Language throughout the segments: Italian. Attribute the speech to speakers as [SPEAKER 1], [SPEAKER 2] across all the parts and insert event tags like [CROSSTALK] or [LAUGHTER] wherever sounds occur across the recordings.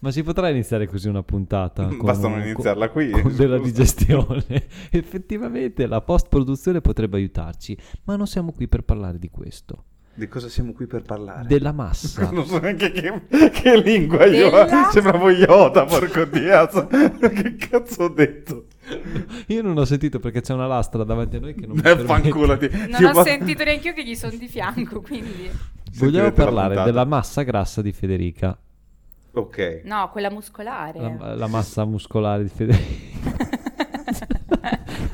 [SPEAKER 1] Ma si potrà iniziare così una puntata? con-
[SPEAKER 2] [LAUGHS] Basta non iniziarla qui.
[SPEAKER 1] Con, con della
[SPEAKER 2] scusa.
[SPEAKER 1] digestione. [LAUGHS] Effettivamente la post-produzione potrebbe aiutarci, ma non siamo qui per parlare di questo.
[SPEAKER 2] Di cosa siamo qui per parlare?
[SPEAKER 1] Della massa.
[SPEAKER 2] [LAUGHS] Non so neanche che, che lingua io.
[SPEAKER 3] Della-
[SPEAKER 2] Sembravo Iota, porco diazzo. [LAUGHS] che cazzo ho detto?
[SPEAKER 1] Io non ho sentito perché c'è una lastra davanti a noi che non mi
[SPEAKER 2] Eh,
[SPEAKER 1] permette.
[SPEAKER 2] fanculati.
[SPEAKER 3] Non
[SPEAKER 2] Io
[SPEAKER 3] ho
[SPEAKER 2] pa- [LAUGHS]
[SPEAKER 3] sentito neanche io che gli sono di fianco, quindi...
[SPEAKER 2] Sentirete
[SPEAKER 1] Vogliamo
[SPEAKER 2] la
[SPEAKER 1] parlare
[SPEAKER 2] puntata.
[SPEAKER 1] della massa grassa di Federica.
[SPEAKER 2] Ok.
[SPEAKER 3] No, quella muscolare.
[SPEAKER 2] Ah,
[SPEAKER 1] La, la massa muscolare di Federica.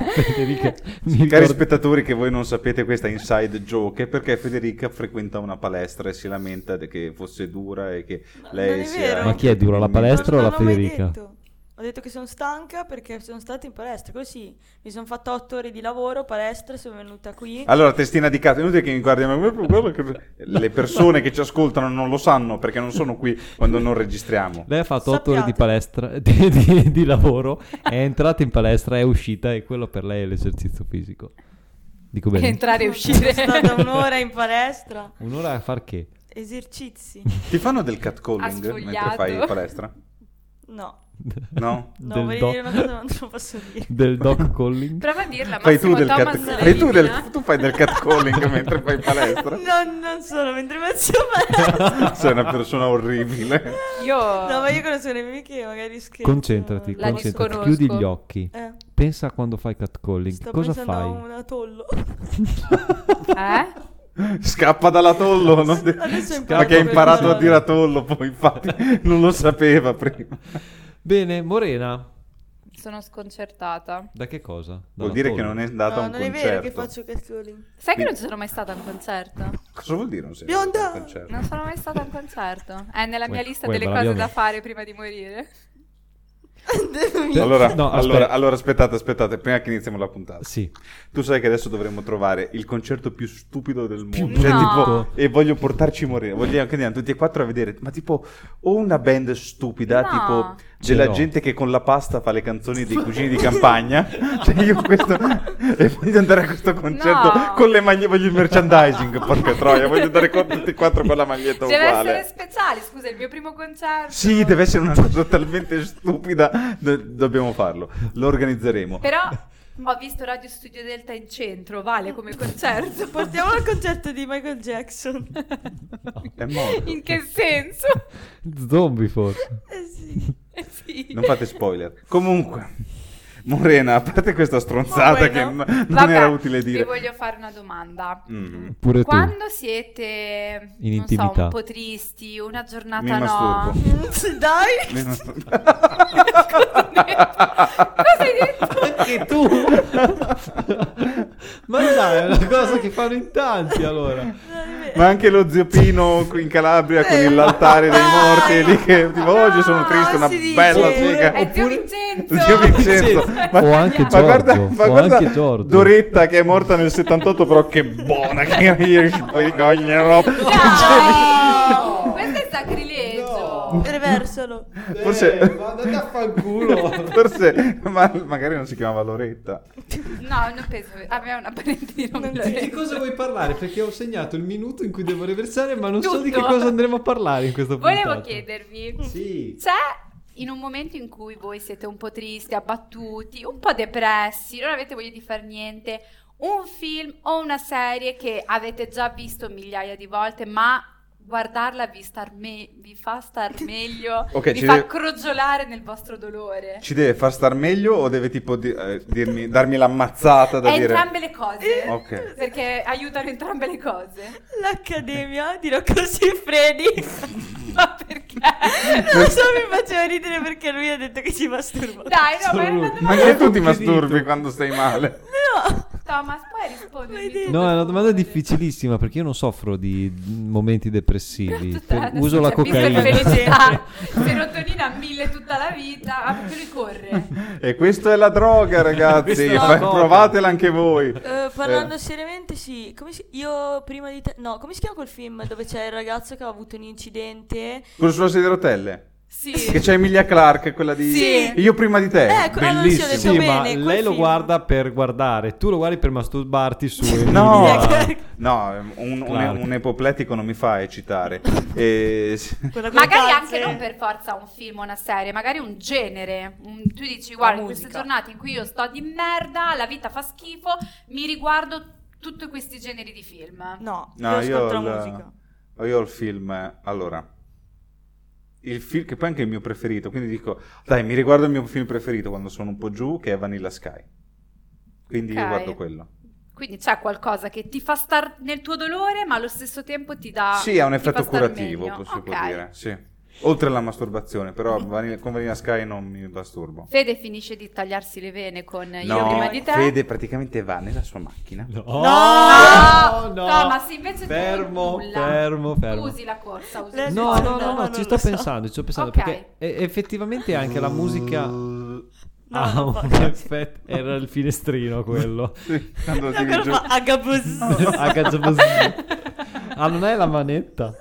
[SPEAKER 1] Federica, mi
[SPEAKER 2] Cari
[SPEAKER 1] ricordo-
[SPEAKER 2] spettatori che voi non sapete questa inside joke è perché Federica frequenta una palestra e si lamenta de- che fosse dura e che
[SPEAKER 4] Ma non
[SPEAKER 2] lei
[SPEAKER 4] è
[SPEAKER 2] sia...
[SPEAKER 4] vero.
[SPEAKER 1] Ma chi è dura, la palestra? o
[SPEAKER 4] Non
[SPEAKER 1] la
[SPEAKER 4] l'ho mai
[SPEAKER 1] Federica?
[SPEAKER 4] detto. Ho detto che sono stanca perché sono stata in palestra, così mi sono fatta otto ore di lavoro, palestra, sono venuta qui.
[SPEAKER 2] Allora, testina di cazzo, è inutile che mi guardi, ma guarda che- le persone che ci ascoltano non lo sanno perché non sono qui quando non registriamo.
[SPEAKER 1] Lei ha fatto 8 ore di
[SPEAKER 4] Sappiate.
[SPEAKER 1] palestra, [LAUGHS] di, di- di lavoro, è entrata in palestra, è uscita e quello per lei è l'esercizio fisico. Dico bene.
[SPEAKER 3] Entrare e
[SPEAKER 4] Sono
[SPEAKER 3] uscire.
[SPEAKER 4] stata un'ora in palestra,
[SPEAKER 1] Un'ora a far che?
[SPEAKER 4] esercizi.
[SPEAKER 2] Ti fanno del
[SPEAKER 3] Ha
[SPEAKER 2] catcalling
[SPEAKER 3] sfogliato.
[SPEAKER 2] mentre fai palestra?
[SPEAKER 4] No, [LAUGHS]
[SPEAKER 2] No?
[SPEAKER 4] no,
[SPEAKER 1] Del
[SPEAKER 4] volevo
[SPEAKER 1] doc-
[SPEAKER 4] dire una cosa ma non lo posso dire.
[SPEAKER 1] [LAUGHS] Del doc calling?
[SPEAKER 3] Prova a dirla,
[SPEAKER 2] Fai tu,
[SPEAKER 3] Massimo
[SPEAKER 2] del
[SPEAKER 3] Thomas
[SPEAKER 2] cat... fai tu, del...
[SPEAKER 3] elimina.
[SPEAKER 2] tu fai del catcalling mentre fai palestra?
[SPEAKER 4] [LAUGHS] No, non sono mentre faccio
[SPEAKER 2] [LAUGHS]
[SPEAKER 4] palestra.
[SPEAKER 2] Sei una persona orribile.
[SPEAKER 3] Io...
[SPEAKER 4] No, ma io conosco le amiche che magari scherzano.
[SPEAKER 1] Concentrati,
[SPEAKER 3] La
[SPEAKER 1] concentrati,
[SPEAKER 3] disconosco.
[SPEAKER 1] chiudi gli occhi.
[SPEAKER 4] Eh,
[SPEAKER 1] Pensa a quando fai catcalling,
[SPEAKER 4] sto
[SPEAKER 1] cosa
[SPEAKER 4] pensando a
[SPEAKER 1] fai?
[SPEAKER 4] un atollo.
[SPEAKER 3] Eh?
[SPEAKER 2] Scappa dall'atollo. Non... de-
[SPEAKER 4] Adesso ho
[SPEAKER 2] Ma
[SPEAKER 4] imparato
[SPEAKER 2] che ha
[SPEAKER 4] quel
[SPEAKER 2] imparato a
[SPEAKER 4] colore.
[SPEAKER 2] dire atollo, poi infatti non lo sapeva prima.
[SPEAKER 1] Bene, Morena,
[SPEAKER 3] Sono sconcertata.
[SPEAKER 1] da che cosa? Da
[SPEAKER 2] Vuol
[SPEAKER 1] un
[SPEAKER 2] dire che
[SPEAKER 1] atollo?
[SPEAKER 2] non è andata
[SPEAKER 4] No,
[SPEAKER 2] a un
[SPEAKER 4] non è
[SPEAKER 2] concerto.
[SPEAKER 4] vero che faccio catcalling.
[SPEAKER 3] Sai che non ci sono mai stata a un concerto?
[SPEAKER 2] Cosa vuol dire non sei
[SPEAKER 4] Bionda!
[SPEAKER 2] andata a un concerto?
[SPEAKER 3] Non sono mai stata a un concerto. È nella mia
[SPEAKER 1] Uè,
[SPEAKER 3] lista
[SPEAKER 1] uè,
[SPEAKER 3] delle
[SPEAKER 1] ma
[SPEAKER 3] cose da
[SPEAKER 1] l'abbiamo-
[SPEAKER 3] fare prima di morire.
[SPEAKER 1] Te-
[SPEAKER 2] Allora,
[SPEAKER 1] no,
[SPEAKER 2] allora,
[SPEAKER 1] aspetta.
[SPEAKER 2] allora aspettate, aspettate, prima che iniziamo la puntata.
[SPEAKER 1] Sì,
[SPEAKER 2] Tu sai che adesso dovremmo trovare il concerto più stupido del
[SPEAKER 1] Più
[SPEAKER 2] mondo. Cioè,
[SPEAKER 3] brutto.
[SPEAKER 2] tipo, e voglio portarci Morena. Vogliamo che andiamo tutti e quattro a vedere. Ma tipo, o una band stupida,
[SPEAKER 3] No.
[SPEAKER 2] tipo
[SPEAKER 1] Ce
[SPEAKER 2] della
[SPEAKER 1] l'ho.
[SPEAKER 2] gente che con la pasta fa le canzoni dei cugini di campagna. [LAUGHS] cioè, io questo. e voglio andare a questo concerto
[SPEAKER 3] No.
[SPEAKER 2] con le maglie. Voglio il merchandising, porca troia. Voglio andare con tutti e quattro con la maglietta
[SPEAKER 3] Deve
[SPEAKER 2] uguale.
[SPEAKER 3] essere speciale, scusa, è il mio primo concerto.
[SPEAKER 2] Sì, deve essere una cosa talmente stupida. Do- dobbiamo farlo. Lo organizzeremo.
[SPEAKER 3] Però ho visto Radio Studio Delta in centro, vale come concerto.
[SPEAKER 4] [LAUGHS] Portiamo al concerto di Michael Jackson. [LAUGHS]
[SPEAKER 2] È morto.
[SPEAKER 3] [LAUGHS] In che senso?
[SPEAKER 1] [LAUGHS]
[SPEAKER 4] [LAUGHS]
[SPEAKER 1] zombie forse.
[SPEAKER 4] Eh sì.
[SPEAKER 3] Eh sì.
[SPEAKER 2] Non fate spoiler. Comunque, Morena, a parte questa stronzata
[SPEAKER 4] Oh,
[SPEAKER 2] che
[SPEAKER 4] bueno.
[SPEAKER 2] n- non
[SPEAKER 3] Vabbè,
[SPEAKER 2] era utile dire.
[SPEAKER 3] Vi voglio fare una domanda.
[SPEAKER 2] Mm.
[SPEAKER 1] Pure tu.
[SPEAKER 3] Quando siete,
[SPEAKER 1] In
[SPEAKER 3] non so,
[SPEAKER 1] intimità.
[SPEAKER 3] un po' tristi, una giornata
[SPEAKER 2] Mi
[SPEAKER 3] no...
[SPEAKER 2] masturbo.
[SPEAKER 4] Mm, Dai!
[SPEAKER 3] [LAUGHS] Cosa hai
[SPEAKER 2] [LAUGHS]
[SPEAKER 3] detto?
[SPEAKER 1] Anche tu! [LAUGHS] Ma dai, è una cosa che fanno in tanti allora.
[SPEAKER 2] [LAUGHS] Ma anche lo zio Pino qui in Calabria con il- l'altare dei morti lì che tipo oggi sono triste, una
[SPEAKER 4] si dice.
[SPEAKER 2] bella
[SPEAKER 4] Oppure-
[SPEAKER 2] figa.
[SPEAKER 3] È zio
[SPEAKER 1] Oppure-
[SPEAKER 3] Vincenzo!
[SPEAKER 2] Zio Vincenzo. Certo. Ma-
[SPEAKER 1] o anche
[SPEAKER 2] Ma
[SPEAKER 1] Giorgio,
[SPEAKER 2] guarda, ma
[SPEAKER 1] o
[SPEAKER 2] guarda
[SPEAKER 1] anche Giorgio.
[SPEAKER 2] Doretta che è morta nel 78, però che buona che io spognerò. [LAUGHS]
[SPEAKER 3] Dai! Questo è sacrilegio!
[SPEAKER 4] [LAUGHS] Reversalo.
[SPEAKER 2] Forse-
[SPEAKER 1] Eh, ma andate a fanculo.
[SPEAKER 2] [LAUGHS] Forse, ma magari non si chiamava Loretta.
[SPEAKER 3] No, non penso. Aveva una parente di nome
[SPEAKER 1] Di che
[SPEAKER 3] Lorenzo.
[SPEAKER 1] cosa vuoi parlare? Perché ho segnato il minuto in cui devo reversare, ma non so di che
[SPEAKER 3] Tutto.
[SPEAKER 1] cosa andremo a parlare in questa puntata.
[SPEAKER 3] Volevo chiedervi,
[SPEAKER 2] Mm.
[SPEAKER 1] Sì.
[SPEAKER 3] c'è in un momento in cui voi siete un po' tristi, abbattuti, un po' depressi, non avete voglia di fare niente, un film o una serie che avete già visto migliaia di volte, ma guardarla vi, star me- vi fa star meglio,
[SPEAKER 2] Ok,
[SPEAKER 3] vi
[SPEAKER 2] ci
[SPEAKER 3] fa
[SPEAKER 2] deve-
[SPEAKER 3] crogiolare nel vostro dolore?
[SPEAKER 2] Ci deve far star meglio o deve tipo di- eh, dirmi, darmi l'ammazzata da
[SPEAKER 3] È
[SPEAKER 2] dire?
[SPEAKER 3] entrambe le cose,
[SPEAKER 2] [LAUGHS] Ok.
[SPEAKER 3] perché aiutano entrambe le
[SPEAKER 2] [LAUGHS]
[SPEAKER 3] cose. [LAUGHS]
[SPEAKER 4] L'Accademia di Rocco Siffredi.
[SPEAKER 3] Ma perché?
[SPEAKER 4] Non so, mi faceva ridere perché lui ha detto che si masturba.
[SPEAKER 3] Dai, no, ma era una
[SPEAKER 1] Assolutamente.
[SPEAKER 2] Ma
[SPEAKER 3] domanda.
[SPEAKER 2] anche tu ti
[SPEAKER 1] Che
[SPEAKER 2] masturbi
[SPEAKER 1] dito.
[SPEAKER 2] quando stai male.
[SPEAKER 4] No!
[SPEAKER 3] Thomas, puoi
[SPEAKER 4] Vai
[SPEAKER 3] rispondere.
[SPEAKER 4] dentro.
[SPEAKER 1] No, è una domanda difficilissima perché io non soffro di momenti depressivi. Per- uso la
[SPEAKER 3] Visto
[SPEAKER 1] cocaina.
[SPEAKER 3] il felicità, serotonina a mille tutta la vita, ah, perché lui corre.
[SPEAKER 2] E questa è la droga, ragazzi.
[SPEAKER 1] Questa è la
[SPEAKER 2] Fa-
[SPEAKER 1] droga.
[SPEAKER 2] Provatela anche voi.
[SPEAKER 4] Eh, parlando seriamente, sì. Come si- Io prima di te. No, come si chiama quel film dove c'è il ragazzo che ha avuto un incidente?
[SPEAKER 2] Quello sulla sedia a rotelle.
[SPEAKER 3] Sì.
[SPEAKER 2] Che c'è Emilia Clark, quella di...
[SPEAKER 3] Sì. Eh, ah,
[SPEAKER 2] Io prima di te.
[SPEAKER 4] Ecco, allora sì, ho detto
[SPEAKER 2] Bellissimo.
[SPEAKER 1] Sì, ma
[SPEAKER 4] bene, quel
[SPEAKER 1] lei lo
[SPEAKER 4] film.
[SPEAKER 1] guarda per guardare, tu lo guardi per masturbarti
[SPEAKER 2] [LAUGHS]
[SPEAKER 1] su Emilia.
[SPEAKER 2] No,
[SPEAKER 4] Emilia Clarke.
[SPEAKER 2] no, un, un-
[SPEAKER 1] Clarke.
[SPEAKER 2] un epopletico non mi fa eccitare. Eh, sì.
[SPEAKER 4] [LAUGHS] Quella eh. con le
[SPEAKER 3] Magari
[SPEAKER 4] calze.
[SPEAKER 3] anche non per forza un film o una serie, magari un genere. Un- tu dici, guarda, in queste
[SPEAKER 4] musica.
[SPEAKER 3] giornate in cui io sto di merda, la vita fa schifo, mi riguardo tutti questi generi di film.
[SPEAKER 4] No,
[SPEAKER 2] No,
[SPEAKER 4] io ascolto
[SPEAKER 2] io
[SPEAKER 4] la
[SPEAKER 2] il-
[SPEAKER 4] musica.
[SPEAKER 2] Io ho il film, eh, allora, il film che poi è anche il mio preferito, quindi dico, dai, mi riguardo il mio film preferito quando sono un po' giù, che è Vanilla Sky. Quindi io
[SPEAKER 3] Ok.
[SPEAKER 2] guardo quello.
[SPEAKER 3] Quindi c'è qualcosa che ti fa star nel tuo dolore, ma allo stesso tempo ti dà...
[SPEAKER 2] sì, ha un
[SPEAKER 3] ti
[SPEAKER 2] effetto
[SPEAKER 3] fa star
[SPEAKER 2] curativo,
[SPEAKER 3] meglio.
[SPEAKER 2] così si può
[SPEAKER 3] Ok.
[SPEAKER 2] dire. Sì. Oltre alla masturbazione, però Vanilla- con Vanilla Sky non mi masturbo.
[SPEAKER 3] Fede finisce di tagliarsi le vene con Eh, io
[SPEAKER 2] no,
[SPEAKER 3] prima di te.
[SPEAKER 2] Fede praticamente va nella sua macchina.
[SPEAKER 1] No,
[SPEAKER 4] No!
[SPEAKER 3] Thomas, invece tu
[SPEAKER 1] fermo,
[SPEAKER 3] nulla.
[SPEAKER 1] fermo, fermo.
[SPEAKER 3] Usi la corsa, usi
[SPEAKER 4] Le-
[SPEAKER 1] No, no,
[SPEAKER 4] No,
[SPEAKER 1] no, no,
[SPEAKER 4] non
[SPEAKER 1] ci
[SPEAKER 4] lo
[SPEAKER 1] sto
[SPEAKER 4] so.
[SPEAKER 1] pensando, ci sto pensando
[SPEAKER 3] Ok.
[SPEAKER 1] perché eh, effettivamente anche la musica ha
[SPEAKER 4] No, non
[SPEAKER 1] Ah, un [LAUGHS]
[SPEAKER 4] fa-
[SPEAKER 1] effetto, era il finestrino quello.
[SPEAKER 2] Sì,
[SPEAKER 4] [LAUGHS]
[SPEAKER 2] quando
[SPEAKER 4] No,
[SPEAKER 2] tiri
[SPEAKER 4] quello
[SPEAKER 2] giù.
[SPEAKER 4] fa agabuzz.
[SPEAKER 1] [LAUGHS] Ah, cazzo, così. Ah, non è la manetta.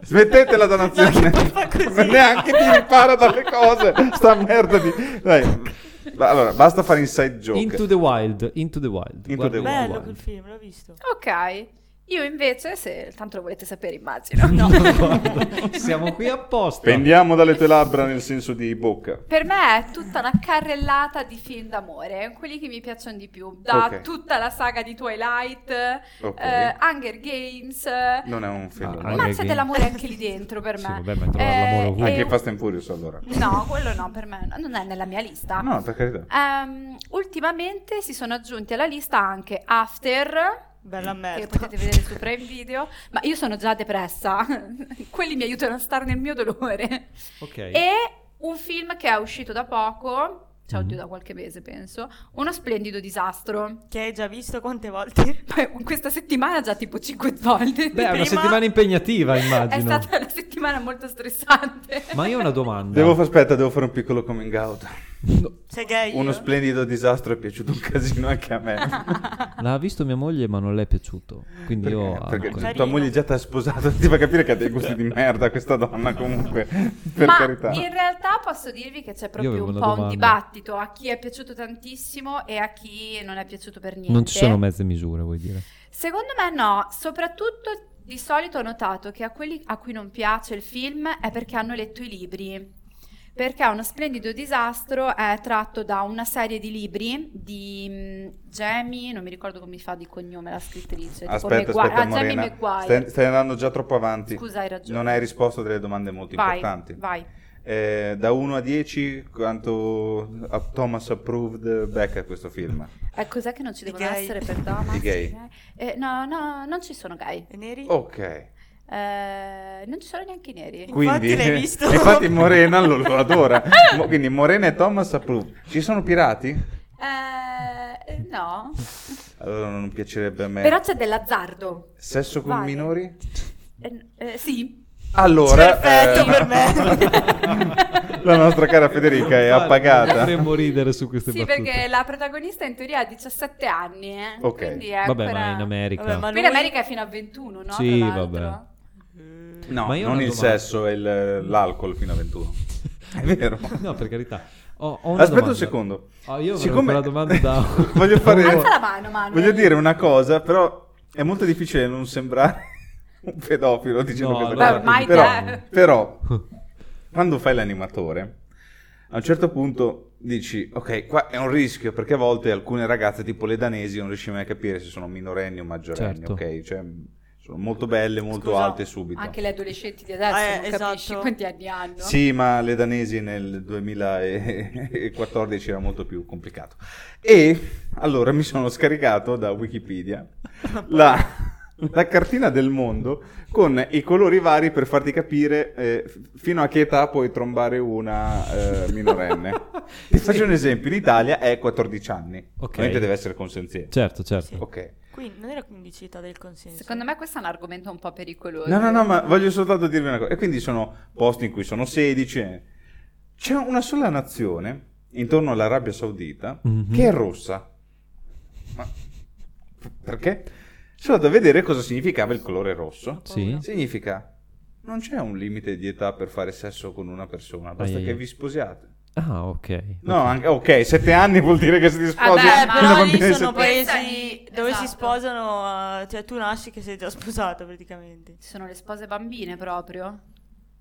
[SPEAKER 2] Smettete la donazione.
[SPEAKER 4] No, che poi fa così.
[SPEAKER 2] Non [LAUGHS] neanche ti impara dalle cose. Sta merda di... Dai. Allora, basta fare inside joke.
[SPEAKER 1] Into the Wild, Into the Wild.
[SPEAKER 2] Into
[SPEAKER 1] guarda
[SPEAKER 2] the
[SPEAKER 1] Into the
[SPEAKER 4] Bello
[SPEAKER 1] Wild.
[SPEAKER 4] quel film, l'ho visto.
[SPEAKER 3] Ok, io invece, se tanto lo volete sapere, immagino.
[SPEAKER 1] Guarda, [LAUGHS] siamo qui apposta.
[SPEAKER 2] Pendiamo dalle tue labbra nel senso di bocca.
[SPEAKER 3] [LAUGHS] Per me è tutta una carrellata di film d'amore, quelli che mi piacciono di più, da
[SPEAKER 2] Ok.
[SPEAKER 3] tutta la saga di Twilight,
[SPEAKER 2] Ok.
[SPEAKER 3] eh, Hunger Games, eh,
[SPEAKER 2] Non è un film.
[SPEAKER 1] Ah,
[SPEAKER 3] ma
[SPEAKER 1] Hunger
[SPEAKER 3] c'è
[SPEAKER 1] Games.
[SPEAKER 3] dell'amore anche lì
[SPEAKER 1] [LAUGHS]
[SPEAKER 3] dentro per
[SPEAKER 1] Sì,
[SPEAKER 3] me.
[SPEAKER 1] vabbè, ma trovare
[SPEAKER 4] Eh,
[SPEAKER 1] l'amore ovunque.
[SPEAKER 2] Anche
[SPEAKER 3] e-
[SPEAKER 2] Fast and Furious allora.
[SPEAKER 3] No, quello no, per me no, non è nella mia lista.
[SPEAKER 2] No, per carità.
[SPEAKER 3] Ehm, ultimamente si sono aggiunti alla lista anche After,
[SPEAKER 4] Bella merda.
[SPEAKER 3] che
[SPEAKER 1] Certo.
[SPEAKER 3] potete vedere su Prime Video, ma io sono già depressa, [LAUGHS] quelli mi aiutano a stare nel mio dolore.
[SPEAKER 1] Ok.
[SPEAKER 3] E un film che è uscito da poco, cioè
[SPEAKER 1] Mhm.
[SPEAKER 3] oddio da qualche mese penso, Uno splendido disastro.
[SPEAKER 4] Che hai già visto quante volte? [LAUGHS]
[SPEAKER 3] Poi, [LAUGHS] questa settimana già tipo 5 volte.
[SPEAKER 1] Beh, è una
[SPEAKER 4] prima-
[SPEAKER 1] settimana impegnativa,
[SPEAKER 3] [LAUGHS] è
[SPEAKER 1] immagino.
[SPEAKER 3] stata una settimana molto stressante.
[SPEAKER 1] Ma
[SPEAKER 3] [LAUGHS]
[SPEAKER 1] io ho una domanda.
[SPEAKER 2] Devo fa- aspetta, devo fare un piccolo coming out.
[SPEAKER 4] Sei
[SPEAKER 3] Eh,
[SPEAKER 4] gay?
[SPEAKER 2] Uno
[SPEAKER 4] io?
[SPEAKER 2] splendido disastro è piaciuto un casino anche a me.
[SPEAKER 1] [LAUGHS] L'ha visto mia moglie, ma non le è piaciuto. [LAUGHS] Quindi
[SPEAKER 2] Perché,
[SPEAKER 1] io.
[SPEAKER 2] perché
[SPEAKER 1] ah,
[SPEAKER 4] Carino.
[SPEAKER 2] tua moglie già ti ha sposato, ti fa capire che ha dei gusti di merda questa donna comunque, per
[SPEAKER 3] Ma
[SPEAKER 2] carità.
[SPEAKER 3] in realtà posso dirvi che c'è proprio
[SPEAKER 1] avevo
[SPEAKER 3] un po'
[SPEAKER 1] una
[SPEAKER 3] un
[SPEAKER 1] domanda.
[SPEAKER 3] dibattito a chi è piaciuto tantissimo e a chi non è piaciuto per niente.
[SPEAKER 1] non ci sono mezze misure, vuoi dire?
[SPEAKER 3] Secondo me no, soprattutto di solito ho notato che a quelli a cui non piace il film è perché hanno letto i libri. Perché uno splendido disastro è tratto da una serie di libri di mm, Jamie, non mi ricordo come fa di cognome la scrittrice, tipo
[SPEAKER 2] Aspetta,
[SPEAKER 3] Maguire-
[SPEAKER 2] aspetta,
[SPEAKER 3] ah, Jamie
[SPEAKER 2] Morena.
[SPEAKER 3] Maguire.
[SPEAKER 2] Stai, stai andando già troppo avanti.
[SPEAKER 3] Scusa, hai ragione.
[SPEAKER 2] Non hai risposto a delle domande molto
[SPEAKER 3] vai,
[SPEAKER 2] importanti.
[SPEAKER 3] vai.
[SPEAKER 2] Eh, da 1 a 10, quanto a- Thomas approved back a questo film?
[SPEAKER 3] Eh, cos'è che non ci
[SPEAKER 4] I
[SPEAKER 3] devono
[SPEAKER 4] gay.
[SPEAKER 3] essere per Thomas?
[SPEAKER 2] I gay.
[SPEAKER 3] Eh, no, no, non ci sono gay.
[SPEAKER 4] E Neri?
[SPEAKER 5] Oh.
[SPEAKER 2] Ok.
[SPEAKER 3] Eh, non ci sono neanche i neri.
[SPEAKER 2] Quindi,
[SPEAKER 4] Infatti l'hai visto.
[SPEAKER 2] [LAUGHS] infatti Morena lo, lo adora. Mo- quindi Morena e Thomas approved. Ci sono pirati?
[SPEAKER 3] Eh, no.
[SPEAKER 2] Allora non piacerebbe a me.
[SPEAKER 3] Però c'è dell'azzardo.
[SPEAKER 2] Sesso con
[SPEAKER 3] Vai.
[SPEAKER 2] minori?
[SPEAKER 3] Eh, eh, sì.
[SPEAKER 2] Allora,
[SPEAKER 4] Perfetto
[SPEAKER 2] eh,
[SPEAKER 1] [LAUGHS]
[SPEAKER 4] per me.
[SPEAKER 2] la nostra cara Federica è
[SPEAKER 1] Guarda,
[SPEAKER 2] appagata.
[SPEAKER 1] Dovremmo ridere su queste
[SPEAKER 3] Sì,
[SPEAKER 1] battute.
[SPEAKER 3] perché la protagonista in teoria ha 17 anni. Eh.
[SPEAKER 2] Ok.
[SPEAKER 3] Quindi è
[SPEAKER 1] Vabbè,
[SPEAKER 3] ancora-
[SPEAKER 1] ma in America.
[SPEAKER 4] Vabbè, ma
[SPEAKER 3] Qui in America è fino a 21, no?
[SPEAKER 1] Sì,
[SPEAKER 3] Tra l'altro.
[SPEAKER 1] vabbè.
[SPEAKER 4] Mm.
[SPEAKER 2] No,
[SPEAKER 1] Ma io ho
[SPEAKER 2] non
[SPEAKER 1] una
[SPEAKER 2] il
[SPEAKER 1] domanda.
[SPEAKER 2] sesso e il- l'alcol fino
[SPEAKER 1] [LAUGHS]
[SPEAKER 2] a 21. È vero.
[SPEAKER 1] No, per carità. Ho- ho una
[SPEAKER 2] Aspetta
[SPEAKER 1] domanda.
[SPEAKER 2] un secondo.
[SPEAKER 1] Ah, io avrei
[SPEAKER 2] Siccome-
[SPEAKER 1] ancora domanda da-
[SPEAKER 2] [LAUGHS] Voglio fare...
[SPEAKER 3] Alza la mano, Manuel.
[SPEAKER 2] Voglio dire una cosa, però è molto difficile non sembrare [LAUGHS] un pedofilo dicendo
[SPEAKER 1] No,
[SPEAKER 2] questa
[SPEAKER 1] allora- Beh,
[SPEAKER 2] cosa.
[SPEAKER 1] ormai
[SPEAKER 2] però,
[SPEAKER 3] te.
[SPEAKER 2] però,
[SPEAKER 1] [LAUGHS]
[SPEAKER 2] quando fai l'animatore, a un certo punto dici, ok, qua è un rischio, perché a volte alcune ragazze, tipo le danesi, non riesci mai a capire se sono minorenni o maggiorenni,
[SPEAKER 1] Certo.
[SPEAKER 2] ok? Cioè, sono molto belle, molto
[SPEAKER 4] Scusa,
[SPEAKER 2] alte subito.
[SPEAKER 3] Anche le adolescenti di adesso
[SPEAKER 4] Eh,
[SPEAKER 3] non
[SPEAKER 4] esatto.
[SPEAKER 3] capisci quanti anni hanno.
[SPEAKER 2] Sì, ma le danesi nel 2014 era molto più complicato. E allora mi sono scaricato da Wikipedia la, la cartina del mondo con i colori vari per farti capire eh, f- fino a che età puoi trombare una eh, minorenne. Ti faccio un esempio, in Italia è 14 anni,
[SPEAKER 1] Ok.
[SPEAKER 2] ovviamente deve essere consenziente.
[SPEAKER 1] Certo, certo.
[SPEAKER 2] Ok.
[SPEAKER 4] Qui non era quindicità del consenso.
[SPEAKER 3] Secondo me questo è un argomento un po' pericoloso.
[SPEAKER 2] No, no, no, ma voglio soltanto dirvi una cosa. E quindi sono posti in cui sono 16. eh. C'è una sola nazione intorno all'Arabia Saudita
[SPEAKER 1] Mhm.
[SPEAKER 2] che è rossa. Ma perché? Sono andato a vedere cosa significava il colore rosso.
[SPEAKER 1] Sì.
[SPEAKER 2] Significa non c'è un limite di età per fare sesso con una persona, basta
[SPEAKER 1] Ai, ai,
[SPEAKER 2] che
[SPEAKER 1] ai.
[SPEAKER 2] vi sposiate.
[SPEAKER 1] Ah, ok.
[SPEAKER 2] No, anche, ok, sette anni vuol dire che se ti sposi
[SPEAKER 3] Vabbè,
[SPEAKER 2] una
[SPEAKER 3] ma no,
[SPEAKER 4] Eh, però lì
[SPEAKER 2] bambina di
[SPEAKER 4] sono
[SPEAKER 2] sette-
[SPEAKER 3] Pensa
[SPEAKER 4] paesi
[SPEAKER 3] lì,
[SPEAKER 4] dove si
[SPEAKER 3] esatto.
[SPEAKER 4] sposano, eh, cioè tu nasci che sei già sposato praticamente.
[SPEAKER 3] Ci sono le spose bambine proprio.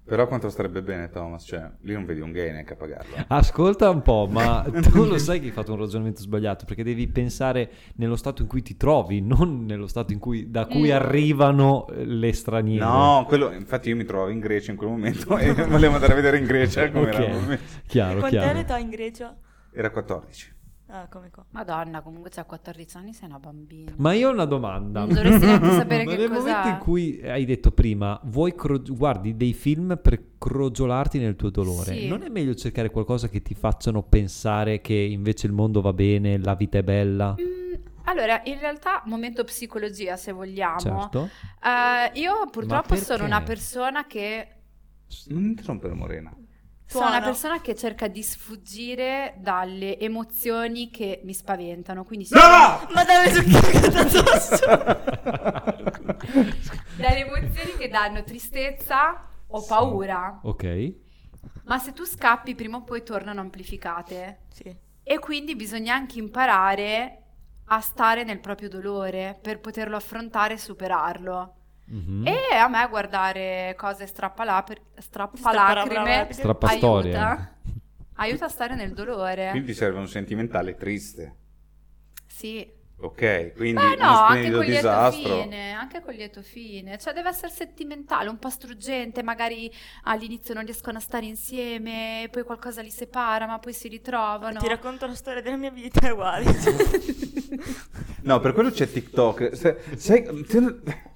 [SPEAKER 2] Però quanto starebbe bene, Thomas, cioè, lì non vedi un gay neanche a pagarlo.
[SPEAKER 1] Ascolta un po',
[SPEAKER 2] [LAUGHS]
[SPEAKER 1] ma tu lo sai che hai fatto un ragionamento sbagliato, perché devi pensare nello stato in cui ti trovi, non nello stato in cui, da cui
[SPEAKER 3] Mm.
[SPEAKER 1] arrivano eh, le straniere.
[SPEAKER 2] No, [LAUGHS] quello, infatti io mi trovavo in Grecia in quel momento [LAUGHS] e volevo andare a vedere in Grecia come
[SPEAKER 1] Ok.
[SPEAKER 2] eravamo messi.
[SPEAKER 1] Chiaro,
[SPEAKER 4] Quant'è
[SPEAKER 1] chiaro.
[SPEAKER 4] l'età in Grecia?
[SPEAKER 2] Era 14.
[SPEAKER 4] Ah, come qua.
[SPEAKER 3] Madonna, comunque c'ha 14 anni, sei una bambina.
[SPEAKER 1] Ma io ho una domanda.
[SPEAKER 3] Non dovresti neanche sapere
[SPEAKER 1] Ma
[SPEAKER 3] che
[SPEAKER 1] nel
[SPEAKER 3] cos'ha.
[SPEAKER 1] momento in cui hai detto prima, vuoi cro- guardi dei film per crogiolarti nel tuo dolore,
[SPEAKER 3] Sì.
[SPEAKER 1] non è meglio cercare qualcosa che ti facciano pensare che invece il mondo va bene, la vita è bella?
[SPEAKER 3] Mm, Allora, in realtà, momento psicologia, se vogliamo.
[SPEAKER 1] Certo.
[SPEAKER 3] Eh, io purtroppo
[SPEAKER 1] perché?
[SPEAKER 3] sono una persona che
[SPEAKER 2] Non interrompere Morena.
[SPEAKER 3] Sono
[SPEAKER 4] Suona.
[SPEAKER 3] una persona che cerca di sfuggire dalle emozioni che mi spaventano, quindi sì,
[SPEAKER 4] Ma dove sono cagato
[SPEAKER 5] [LAUGHS]
[SPEAKER 4] addosso?
[SPEAKER 3] dalle emozioni che danno tristezza o paura.
[SPEAKER 1] Ok.
[SPEAKER 3] Ma se tu scappi prima o poi tornano amplificate
[SPEAKER 4] Sì.
[SPEAKER 3] e quindi bisogna anche imparare a stare nel proprio dolore per poterlo affrontare e superarlo.
[SPEAKER 1] Mhm.
[SPEAKER 3] E a me guardare cose strappala- per- strappalacrime
[SPEAKER 4] Strappalacrime.
[SPEAKER 1] Strappa storie.
[SPEAKER 3] aiuta, aiuta a stare nel dolore.
[SPEAKER 2] Quindi serve un sentimentale triste.
[SPEAKER 3] Sì.
[SPEAKER 2] Ok, quindi
[SPEAKER 3] Beh,
[SPEAKER 2] uno
[SPEAKER 3] no, anche
[SPEAKER 2] splendido
[SPEAKER 3] con lieto
[SPEAKER 2] disastro.
[SPEAKER 3] fine, anche con lieto fine, cioè deve essere sentimentale, un po' struggente, magari all'inizio non riescono a stare insieme, poi qualcosa li separa, ma poi si ritrovano.
[SPEAKER 4] Ti racconto la storia della mia vita è uguale.
[SPEAKER 2] No, per quello c'è TikTok. Se- sai- te-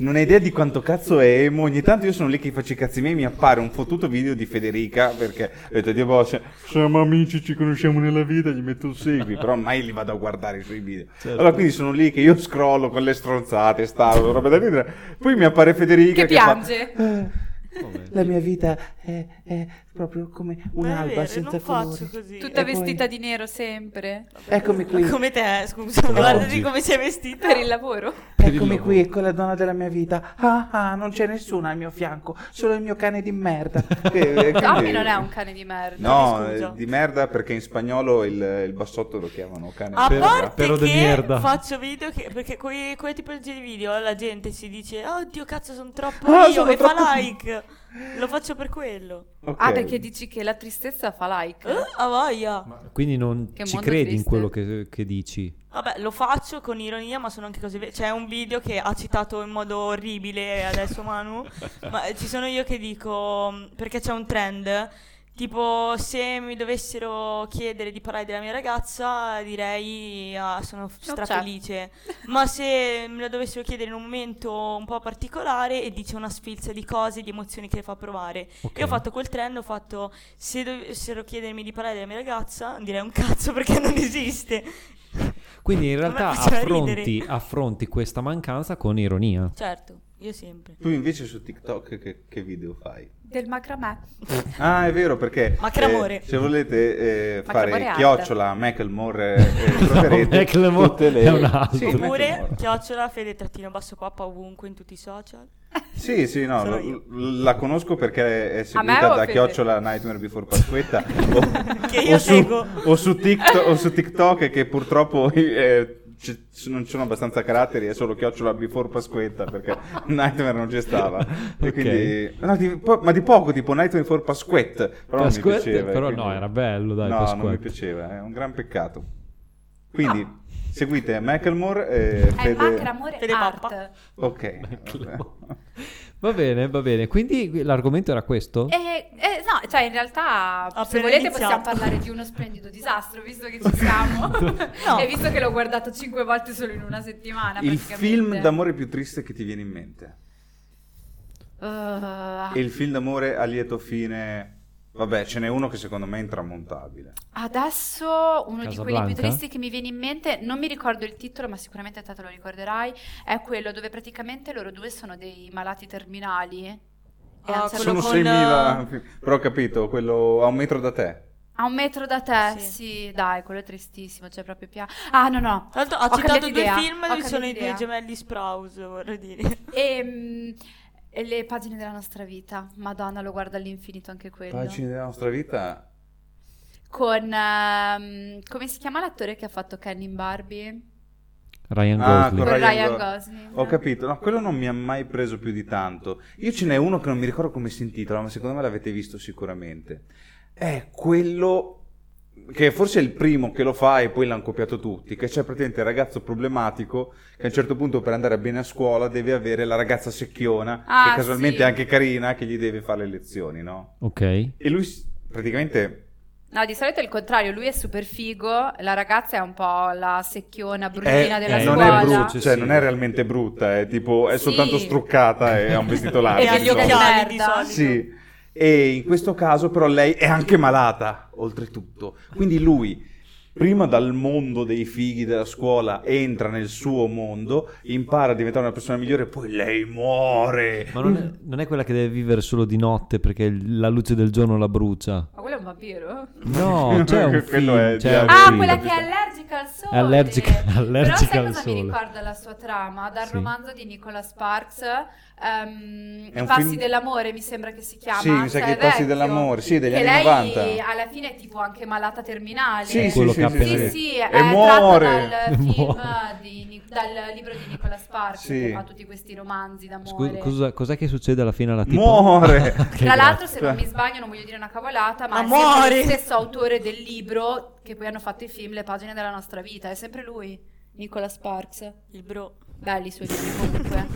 [SPEAKER 2] non hai idea di quanto cazzo è emo. Ogni tanto io sono lì che faccio i cazzi miei e mi appare un fottuto video di Federica perché ho detto Dio boh, se- siamo amici, ci conosciamo nella vita, gli metto un segui, però mai li vado a guardare i suoi video.
[SPEAKER 1] Certo.
[SPEAKER 2] Allora quindi sono lì che io scrollo con le stronzate, stavo, roba da ridere. Poi mi appare Federica
[SPEAKER 3] che
[SPEAKER 2] che,
[SPEAKER 3] piange.
[SPEAKER 1] Vabbè.
[SPEAKER 5] Eh. La mia vita è, è proprio come
[SPEAKER 4] Ma è
[SPEAKER 5] un'alba
[SPEAKER 4] vero,
[SPEAKER 5] senza
[SPEAKER 4] non faccio
[SPEAKER 5] colori.
[SPEAKER 4] così.
[SPEAKER 3] Tutta
[SPEAKER 5] E poi-
[SPEAKER 3] vestita di nero sempre.
[SPEAKER 5] Eccomi qui,
[SPEAKER 4] Come te, scusa,
[SPEAKER 1] Come
[SPEAKER 4] guardati
[SPEAKER 1] oggi.
[SPEAKER 4] come sei vestita.
[SPEAKER 3] Per il lavoro.
[SPEAKER 1] Per il
[SPEAKER 5] eccomi
[SPEAKER 1] lavoro.
[SPEAKER 5] qui con la donna della mia vita. Ah ah, non c'è nessuno al mio fianco, solo il mio cane di merda.
[SPEAKER 3] Tommy Ah, non è un cane di merda.
[SPEAKER 2] Eh, No,
[SPEAKER 4] Mi scuso.
[SPEAKER 2] eh, di merda perché in spagnolo il, il bassotto lo chiamano cane.
[SPEAKER 4] A
[SPEAKER 3] Ah,
[SPEAKER 2] di
[SPEAKER 1] Però-
[SPEAKER 2] merda.
[SPEAKER 4] parte
[SPEAKER 1] però di merda.
[SPEAKER 4] che faccio video che, perché quei, quei tipologie di video la gente si dice oh Dio cazzo sono troppo
[SPEAKER 2] Ah,
[SPEAKER 4] io
[SPEAKER 2] sono
[SPEAKER 4] e
[SPEAKER 2] troppo-
[SPEAKER 4] fa like lo faccio per quello
[SPEAKER 2] Ok.
[SPEAKER 3] Ah, perché dici che la tristezza fa like.
[SPEAKER 4] Eh, a voglia
[SPEAKER 1] Quindi non
[SPEAKER 3] Che
[SPEAKER 1] ci
[SPEAKER 3] mondo
[SPEAKER 1] credi in
[SPEAKER 3] triste.
[SPEAKER 1] quello che, che dici.
[SPEAKER 4] vabbè lo faccio con ironia ma sono anche cose ve- c'è un video che ha citato in modo orribile adesso Manu ma eh, ci sono io che dico mh, perché c'è un trend tipo se mi dovessero chiedere di parlare della mia ragazza direi ah, sono
[SPEAKER 3] c'è.
[SPEAKER 4] strafelice Ma se me la dovessero chiedere in un momento un po' particolare e dice una sfilza di cose, di emozioni che le fa provare.
[SPEAKER 1] Ok.
[SPEAKER 4] Io ho fatto quel trend, ho fatto se dovessero chiedermi di parlare della mia ragazza, direi un cazzo [LAUGHS] perché non esiste.
[SPEAKER 1] Quindi in
[SPEAKER 3] [LAUGHS]
[SPEAKER 4] A me
[SPEAKER 1] realtà
[SPEAKER 4] faceva
[SPEAKER 1] affronti,
[SPEAKER 4] ridere.
[SPEAKER 1] affronti questa mancanza con ironia.
[SPEAKER 4] Certo, io sempre.
[SPEAKER 2] Tu invece su TikTok che, che video fai?
[SPEAKER 3] Del macramè.
[SPEAKER 2] Ah, è vero perché
[SPEAKER 4] Macramore.
[SPEAKER 2] eh, se volete eh,
[SPEAKER 3] Macramore
[SPEAKER 2] fare
[SPEAKER 3] alta.
[SPEAKER 2] chiocciola Macklemore eh, troverete
[SPEAKER 1] No, Macklemore
[SPEAKER 2] tutte le
[SPEAKER 1] è un altro.
[SPEAKER 2] Sì,
[SPEAKER 4] Oppure
[SPEAKER 2] Macklemore.
[SPEAKER 4] chiocciola fede trattino basso qua ovunque in tutti
[SPEAKER 2] [LAUGHS]
[SPEAKER 4] i social.
[SPEAKER 2] Sì, sì, no, lo-
[SPEAKER 4] Sono io.
[SPEAKER 2] la conosco perché è
[SPEAKER 3] me
[SPEAKER 2] seguita
[SPEAKER 3] avevo
[SPEAKER 2] da
[SPEAKER 3] fede.
[SPEAKER 2] chiocciola Nightmare Before Pasquetta o,
[SPEAKER 4] Che io
[SPEAKER 2] o su,
[SPEAKER 4] seguo.
[SPEAKER 2] o su TikTok, o su TikTok che purtroppo eh, c- non ci sono abbastanza caratteri, è solo chiocciola Before Pasquetta perché [LAUGHS] Nightmare non ci stava. E
[SPEAKER 1] Ok.
[SPEAKER 2] quindi- no, di- po- ma di poco, tipo Nightmare Before Pasquette, però non mi
[SPEAKER 1] Pasquette,
[SPEAKER 2] piaceva.
[SPEAKER 1] però
[SPEAKER 2] quindi-
[SPEAKER 1] no, era bello, dai,
[SPEAKER 2] No, non
[SPEAKER 1] Pasquette.
[SPEAKER 2] mi piaceva, è un gran peccato. Quindi
[SPEAKER 4] Ah.
[SPEAKER 2] seguite Macklemore
[SPEAKER 4] Eh,
[SPEAKER 2] e
[SPEAKER 3] È il
[SPEAKER 2] Fede...
[SPEAKER 3] macramore
[SPEAKER 4] Fede
[SPEAKER 3] art.
[SPEAKER 4] pappa.
[SPEAKER 2] Ok. [LAUGHS]
[SPEAKER 1] Va bene, va bene. Quindi l'argomento era questo?
[SPEAKER 3] E, e no, cioè in realtà se
[SPEAKER 4] Appena
[SPEAKER 3] volete
[SPEAKER 4] iniziato.
[SPEAKER 3] possiamo parlare di uno splendido disastro, visto che ci siamo e visto che l'ho guardato cinque volte solo in una settimana.
[SPEAKER 2] Il
[SPEAKER 3] praticamente.
[SPEAKER 2] film d'amore più triste che ti viene in mente?
[SPEAKER 3] Ah,
[SPEAKER 2] E il film d'amore a lieto fine? Vabbè, ce n'è uno che secondo me è intramontabile.
[SPEAKER 3] adesso uno di quelli più
[SPEAKER 1] Casablanca?
[SPEAKER 3] tristi che mi viene in mente, non mi ricordo il titolo, ma sicuramente te te lo ricorderai, è quello dove praticamente loro due sono dei malati terminali. E a
[SPEAKER 4] Ah,
[SPEAKER 3] un certo-
[SPEAKER 4] quello
[SPEAKER 2] sono
[SPEAKER 4] con- eh,
[SPEAKER 2] 6.000, però ho capito, quello a un metro da te.
[SPEAKER 3] A un metro da te, sì.
[SPEAKER 4] Sì.
[SPEAKER 3] dai, quello è tristissimo, cioè proprio piano. Ah, no, no.
[SPEAKER 4] Tra l'altro ha
[SPEAKER 3] Ho
[SPEAKER 4] citato
[SPEAKER 3] cambiato
[SPEAKER 4] due
[SPEAKER 3] idea,
[SPEAKER 4] film
[SPEAKER 3] ho
[SPEAKER 4] dove ci sono
[SPEAKER 3] cambiato
[SPEAKER 4] i due
[SPEAKER 3] idea. [LAUGHS]
[SPEAKER 4] gemelli Sprouse, vorrei dire.
[SPEAKER 3] E, mm, E le pagine della nostra vita. Madonna, lo guarda all'infinito anche quello.
[SPEAKER 2] Pagine della nostra vita.
[SPEAKER 3] Con ehm, come si chiama l'attore che ha fatto Ken in Barbie?
[SPEAKER 1] Ryan
[SPEAKER 2] Ah,
[SPEAKER 1] Gosling.
[SPEAKER 3] Con
[SPEAKER 2] Ryan
[SPEAKER 3] Ryan
[SPEAKER 2] Go-
[SPEAKER 3] Gosling.
[SPEAKER 2] Ho capito, no, quello non mi ha mai preso più di tanto. Io ce n'è uno che non mi ricordo come si intitola, ma secondo me l'avete visto sicuramente. È quello che forse è il primo che lo fa e poi l'hanno copiato tutti, che c'è praticamente il ragazzo problematico che a un certo punto per andare bene a scuola deve avere la ragazza secchiona,
[SPEAKER 3] Ah,
[SPEAKER 2] che casualmente
[SPEAKER 3] sì.
[SPEAKER 2] è anche carina, che gli deve fare le lezioni, no?
[SPEAKER 1] Ok.
[SPEAKER 2] E lui s- praticamente...
[SPEAKER 3] No, di solito è il contrario, lui è super figo, la ragazza è un po' la secchiona bruttina
[SPEAKER 2] è-
[SPEAKER 3] della
[SPEAKER 1] eh,
[SPEAKER 2] non
[SPEAKER 3] scuola.
[SPEAKER 2] è brutta,
[SPEAKER 1] Sì,
[SPEAKER 2] cioè
[SPEAKER 1] sì.
[SPEAKER 2] non è realmente brutta, è tipo è
[SPEAKER 3] Sì.
[SPEAKER 2] soltanto struccata e ha un
[SPEAKER 3] [LAUGHS]
[SPEAKER 2] vestito largo.
[SPEAKER 4] E ha gli
[SPEAKER 2] diciamo.
[SPEAKER 3] occhiali
[SPEAKER 4] occhiali di
[SPEAKER 3] Merda.
[SPEAKER 4] solito.
[SPEAKER 2] Sì, e in questo caso però lei è anche malata, oltretutto. Quindi lui, prima dal mondo dei fighi della scuola, entra nel suo mondo, impara a diventare una persona migliore, poi lei muore.
[SPEAKER 1] Ma non è, non è quella che deve vivere solo di notte perché il- la luce del giorno la brucia.
[SPEAKER 3] Ma quello è un vampiro?
[SPEAKER 2] [LAUGHS]
[SPEAKER 1] No, c'è un
[SPEAKER 2] Quello
[SPEAKER 1] film,
[SPEAKER 2] è
[SPEAKER 1] c'è
[SPEAKER 2] Diablo.
[SPEAKER 1] un
[SPEAKER 3] Ah,
[SPEAKER 2] Sì,
[SPEAKER 1] film.
[SPEAKER 3] quella
[SPEAKER 2] capito.
[SPEAKER 3] che è allergica al sole.
[SPEAKER 1] È allergica- allergica
[SPEAKER 3] Però sai
[SPEAKER 1] al
[SPEAKER 3] cosa mi
[SPEAKER 1] sole.
[SPEAKER 3] ricorda la sua trama? Dal
[SPEAKER 1] Sì.
[SPEAKER 3] romanzo di Nicola Sparks, ehm,
[SPEAKER 2] È
[SPEAKER 3] I
[SPEAKER 2] un
[SPEAKER 3] passi
[SPEAKER 2] film-
[SPEAKER 3] dell'amore mi sembra che si chiama.
[SPEAKER 2] Sì, mi sa che
[SPEAKER 3] cioè, è
[SPEAKER 2] i passi
[SPEAKER 3] vecchio.
[SPEAKER 2] dell'amore, sì, degli
[SPEAKER 3] che
[SPEAKER 2] anni
[SPEAKER 3] lei
[SPEAKER 2] 90.
[SPEAKER 3] alla fine è tipo anche malata terminale.
[SPEAKER 2] Sì,
[SPEAKER 1] È
[SPEAKER 2] sì,
[SPEAKER 1] quello
[SPEAKER 2] sì,
[SPEAKER 1] che ha
[SPEAKER 2] sì,
[SPEAKER 3] Sì,
[SPEAKER 1] appena
[SPEAKER 2] sì.
[SPEAKER 3] sì,
[SPEAKER 1] detto.
[SPEAKER 3] è
[SPEAKER 2] E
[SPEAKER 3] tratto
[SPEAKER 2] muore.
[SPEAKER 1] [LAUGHS]
[SPEAKER 3] dal film
[SPEAKER 1] Muore.
[SPEAKER 3] di Nic- dal libro di Nicola Sparks
[SPEAKER 2] Sì.
[SPEAKER 3] che fa tutti questi romanzi d'amore.
[SPEAKER 1] Scusa, cosa- cos'è che succede alla fine alla tipa?
[SPEAKER 2] Muore.
[SPEAKER 1] Ah, [LAUGHS] ok,
[SPEAKER 3] Tra l'altro, se
[SPEAKER 2] Cioè-
[SPEAKER 3] non mi sbaglio, non voglio dire una cavolata, ma,
[SPEAKER 4] Ma
[SPEAKER 3] è sempre
[SPEAKER 4] muori!
[SPEAKER 3] lo stesso autore del libro che poi hanno fatto i film Le pagine della nostra vita. È sempre lui, Nicola Sparks.
[SPEAKER 4] Il bro.
[SPEAKER 3] Belli i suoi libri comunque.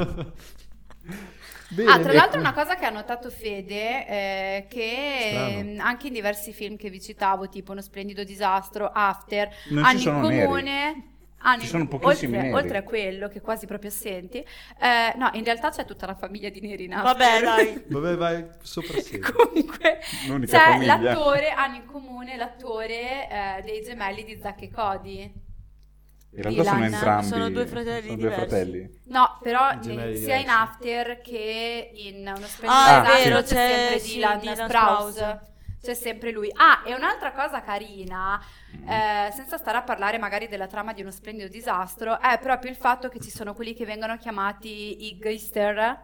[SPEAKER 2] [LAUGHS] Bene. ecco.
[SPEAKER 3] Ah, tra l'altro
[SPEAKER 2] E-
[SPEAKER 3] una cosa che ha notato Fede, eh, che
[SPEAKER 1] Strano.
[SPEAKER 3] ehm, anche in diversi film che vi citavo, tipo Uno splendido disastro, After,
[SPEAKER 2] Non ci
[SPEAKER 3] hanno in
[SPEAKER 2] sono neri.
[SPEAKER 3] comune... hanno
[SPEAKER 2] Ci
[SPEAKER 3] in-
[SPEAKER 2] sono pochissimi
[SPEAKER 3] oltre,
[SPEAKER 2] neri.
[SPEAKER 3] oltre a quello, che quasi proprio assenti, eh, no, in realtà c'è tutta la famiglia di
[SPEAKER 2] Ah,
[SPEAKER 3] neri in After.
[SPEAKER 4] Vabbè,
[SPEAKER 2] [LAUGHS]
[SPEAKER 4] dai.
[SPEAKER 2] Vabbè, vai sopra sé.
[SPEAKER 3] Ecco. Comunque,
[SPEAKER 2] L'unica
[SPEAKER 3] c'è
[SPEAKER 2] famiglia.
[SPEAKER 3] l'attore, hanno in comune l'attore eh, dei gemelli di Zack e Cody.
[SPEAKER 2] In realtà sono
[SPEAKER 3] Dylan,
[SPEAKER 2] entrambi.
[SPEAKER 4] sono due fratelli
[SPEAKER 2] sono due
[SPEAKER 4] diversi.
[SPEAKER 2] fratelli.
[SPEAKER 3] No, però
[SPEAKER 1] Gemelli
[SPEAKER 3] ne- sia
[SPEAKER 1] diversi.
[SPEAKER 3] in After che in uno
[SPEAKER 4] Ah,
[SPEAKER 2] è
[SPEAKER 3] splendido
[SPEAKER 2] vero,
[SPEAKER 3] disastro c'è,
[SPEAKER 4] c'è-
[SPEAKER 3] sempre
[SPEAKER 4] sì,
[SPEAKER 3] Dylan,
[SPEAKER 4] Dylan
[SPEAKER 3] Sprouse.
[SPEAKER 4] Sprouse.
[SPEAKER 3] C'è sempre lui. Ah, e un'altra cosa carina,
[SPEAKER 2] Mm.
[SPEAKER 3] eh, senza stare a parlare magari della trama di uno splendido disastro, è proprio il fatto che ci sono quelli che vengono chiamati i Grister.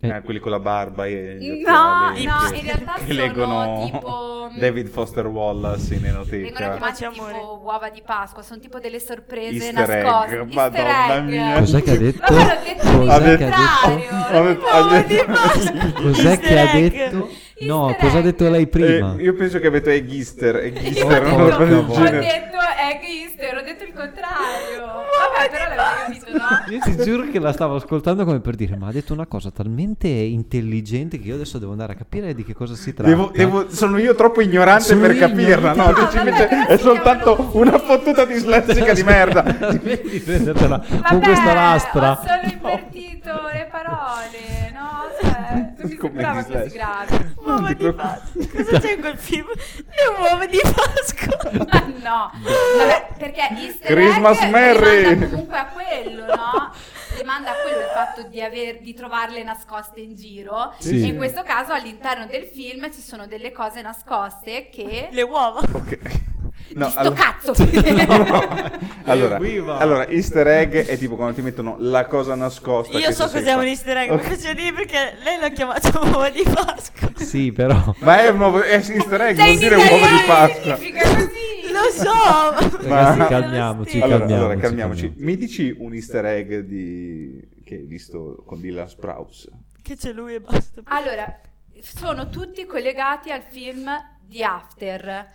[SPEAKER 1] Eh.
[SPEAKER 2] Eh, quelli con la barba e gli
[SPEAKER 3] No,
[SPEAKER 2] occhiali
[SPEAKER 3] no,
[SPEAKER 2] che-
[SPEAKER 3] in realtà
[SPEAKER 2] [LAUGHS] che
[SPEAKER 3] sono
[SPEAKER 2] leggono
[SPEAKER 3] tipo- mm,
[SPEAKER 2] David Foster Wallace in
[SPEAKER 3] Vengono
[SPEAKER 2] Enoteca.
[SPEAKER 3] chiamati
[SPEAKER 4] Facci
[SPEAKER 3] tipo
[SPEAKER 4] amore.
[SPEAKER 3] uova di Pasqua, sono tipo delle sorprese
[SPEAKER 2] Easter egg,
[SPEAKER 3] nascoste.
[SPEAKER 2] madonna mia.
[SPEAKER 1] Cos'è che ha detto?
[SPEAKER 3] Ma l'ho detto
[SPEAKER 1] Cos'è
[SPEAKER 3] il
[SPEAKER 1] che ha
[SPEAKER 3] contrario,
[SPEAKER 2] detto?
[SPEAKER 3] ho detto
[SPEAKER 2] Ha
[SPEAKER 3] uova
[SPEAKER 2] detto-
[SPEAKER 3] di Pasqua.
[SPEAKER 1] Cos'è
[SPEAKER 4] Easter
[SPEAKER 1] che ha
[SPEAKER 4] egg.
[SPEAKER 1] detto? No,
[SPEAKER 3] Easter
[SPEAKER 1] cosa ha
[SPEAKER 3] egg.
[SPEAKER 1] detto lei [LAUGHS] prima?
[SPEAKER 2] Eh, io penso che avete detto Egister,
[SPEAKER 3] Io ho
[SPEAKER 2] Egister,
[SPEAKER 1] Easter,
[SPEAKER 2] una roba
[SPEAKER 1] porca voglia.
[SPEAKER 2] del
[SPEAKER 3] detto, ho
[SPEAKER 2] genere.
[SPEAKER 3] detto egg Easter, ho detto il contrario. Vabbè, però l'avevo capito, no?
[SPEAKER 1] Io ti giuro che la stavo ascoltando come per dire, ma ha detto una cosa talmente intelligente che io adesso devo andare a capire di che cosa si tratta.
[SPEAKER 2] Devo-
[SPEAKER 1] [LAUGHS]
[SPEAKER 2] devo- sono io troppo ignorante
[SPEAKER 1] Sono
[SPEAKER 2] per
[SPEAKER 1] io
[SPEAKER 2] capirla, no?
[SPEAKER 1] ignorante.
[SPEAKER 2] Semplicemente
[SPEAKER 3] Ah, vabbè,
[SPEAKER 2] è
[SPEAKER 3] però si
[SPEAKER 2] soltanto
[SPEAKER 3] chiamano-
[SPEAKER 2] una fottuta dislessica di merda.
[SPEAKER 1] Smetti di prendertela con
[SPEAKER 3] Vabbè,
[SPEAKER 1] questa
[SPEAKER 3] ho
[SPEAKER 1] lastra.
[SPEAKER 3] solo invertito le parole, no? Cioè, non mi
[SPEAKER 2] Come
[SPEAKER 3] sembrava così
[SPEAKER 2] dislessico.
[SPEAKER 3] grave.
[SPEAKER 4] Uova
[SPEAKER 2] ti
[SPEAKER 4] di Pasqua. Cosa c'è in quel film? Le uova di
[SPEAKER 2] [LAUGHS]
[SPEAKER 4] Pasqua.
[SPEAKER 3] Ma [LAUGHS] no, Vabbè, perché Easter
[SPEAKER 2] Christmas
[SPEAKER 3] egg
[SPEAKER 2] Merry.
[SPEAKER 3] rimanda comunque a quello, no? Rimanda a quello il fatto di, aver- di trovarle nascoste in giro.
[SPEAKER 1] Sì.
[SPEAKER 3] E in questo caso all'interno del film ci sono delle cose nascoste che...
[SPEAKER 4] Le uova.
[SPEAKER 2] Ok.
[SPEAKER 3] Di
[SPEAKER 2] [LAUGHS] No,
[SPEAKER 3] sto
[SPEAKER 2] allora-
[SPEAKER 3] cazzo! Cioè,
[SPEAKER 2] allora,
[SPEAKER 1] Viva!
[SPEAKER 2] allora, easter egg è tipo quando ti mettono la cosa nascosta.
[SPEAKER 4] Io
[SPEAKER 2] che
[SPEAKER 4] so
[SPEAKER 2] si
[SPEAKER 4] cos'è
[SPEAKER 2] secca.
[SPEAKER 4] un easter egg,
[SPEAKER 2] Ok.
[SPEAKER 4] mi faccio dire perché lei l'ha [LAUGHS] chiamata uova di Pasqua.
[SPEAKER 1] Sì, però.
[SPEAKER 2] Ma è un uovo- è easter egg,
[SPEAKER 3] Cioè,
[SPEAKER 2] vuol
[SPEAKER 3] in
[SPEAKER 2] dire uova
[SPEAKER 3] italiano
[SPEAKER 2] di Pasqua.
[SPEAKER 3] significa così.
[SPEAKER 4] Lo
[SPEAKER 3] [LAUGHS]
[SPEAKER 4] so.
[SPEAKER 1] Ragazzi,
[SPEAKER 2] Ma-
[SPEAKER 1] calmiamoci,
[SPEAKER 2] Allora,
[SPEAKER 1] calmiamoci,
[SPEAKER 2] allora, calmiamoci. Mi dici un easter egg di... che hai visto con Dylan Sprouse?
[SPEAKER 4] Che c'è lui e basta.
[SPEAKER 3] Allora, sono tutti collegati al film di After.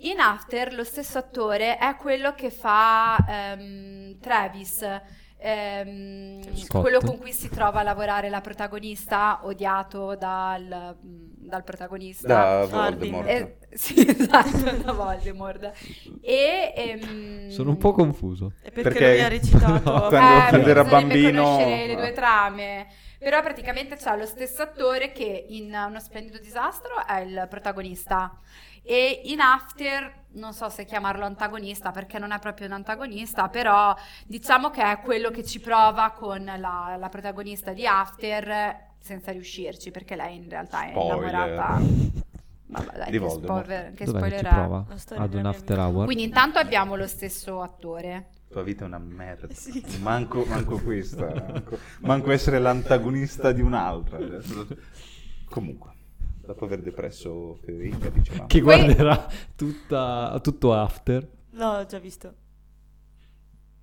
[SPEAKER 3] In After lo stesso attore è quello che fa ehm, Travis, ehm,
[SPEAKER 1] Scott.
[SPEAKER 3] quello con cui si trova a lavorare la protagonista, odiato dal, mm, dal protagonista.
[SPEAKER 2] Da
[SPEAKER 4] Harding.
[SPEAKER 2] Voldemort.
[SPEAKER 3] Eh, sì, [LAUGHS] esatto, da Voldemort. E, ehm,
[SPEAKER 1] Sono un po' confuso.
[SPEAKER 4] È perché,
[SPEAKER 2] Perché-
[SPEAKER 4] lui
[SPEAKER 2] [LAUGHS]
[SPEAKER 4] ha recitato.
[SPEAKER 1] No,
[SPEAKER 2] quando-
[SPEAKER 3] eh,
[SPEAKER 2] quando era
[SPEAKER 3] bisognerebbe
[SPEAKER 2] bambino-
[SPEAKER 3] conoscere le due trame. Però praticamente c'è lo stesso attore che in Uno splendido disastro è il protagonista. E in After, non so se chiamarlo antagonista perché non è proprio un antagonista, però diciamo che è quello che ci prova con la, la protagonista di After eh, senza riuscirci perché lei in realtà è
[SPEAKER 2] Spoiler.
[SPEAKER 3] innamorata. Vabbè, dai,
[SPEAKER 2] Di
[SPEAKER 3] che,
[SPEAKER 2] Voldemort.
[SPEAKER 3] spoiler,
[SPEAKER 1] Dov'è
[SPEAKER 3] che
[SPEAKER 1] che
[SPEAKER 3] spoiler
[SPEAKER 1] ci
[SPEAKER 3] è?
[SPEAKER 1] prova?
[SPEAKER 4] La storia
[SPEAKER 1] Ad un
[SPEAKER 4] della mia
[SPEAKER 1] after
[SPEAKER 4] vita.
[SPEAKER 1] hour?
[SPEAKER 3] Quindi intanto abbiamo lo stesso attore.
[SPEAKER 2] tua vita è una merda.
[SPEAKER 4] Sì.
[SPEAKER 2] Manco, manco questa. Manco, manco essere l'antagonista di un'altra. Comunque, dopo aver depresso Federica, dicevamo...
[SPEAKER 1] [LAUGHS] Che
[SPEAKER 3] Poi-
[SPEAKER 1] guarderà tutta- tutto after.
[SPEAKER 4] L'ho già visto.